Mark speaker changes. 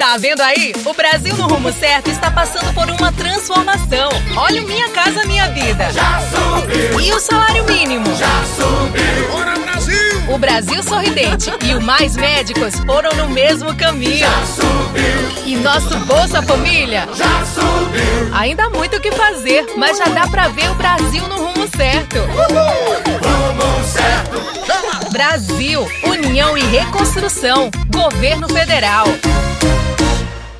Speaker 1: Tá vendo aí? O Brasil no rumo certo está passando por uma transformação. Olha o Minha Casa Minha Vida.
Speaker 2: Já subiu,
Speaker 1: E o salário mínimo.
Speaker 2: já subiu,
Speaker 3: Bora Brasil!
Speaker 1: O Brasil Sorridente e o Mais Médicos foram no mesmo caminho.
Speaker 2: já subiu,
Speaker 1: E nosso Bolsa Família?
Speaker 2: já subiu.
Speaker 1: Ainda há muito o que fazer, mas já dá pra ver o Brasil no rumo certo.
Speaker 2: Rumo certo,
Speaker 1: Brasil, União e Reconstrução. Governo Federal.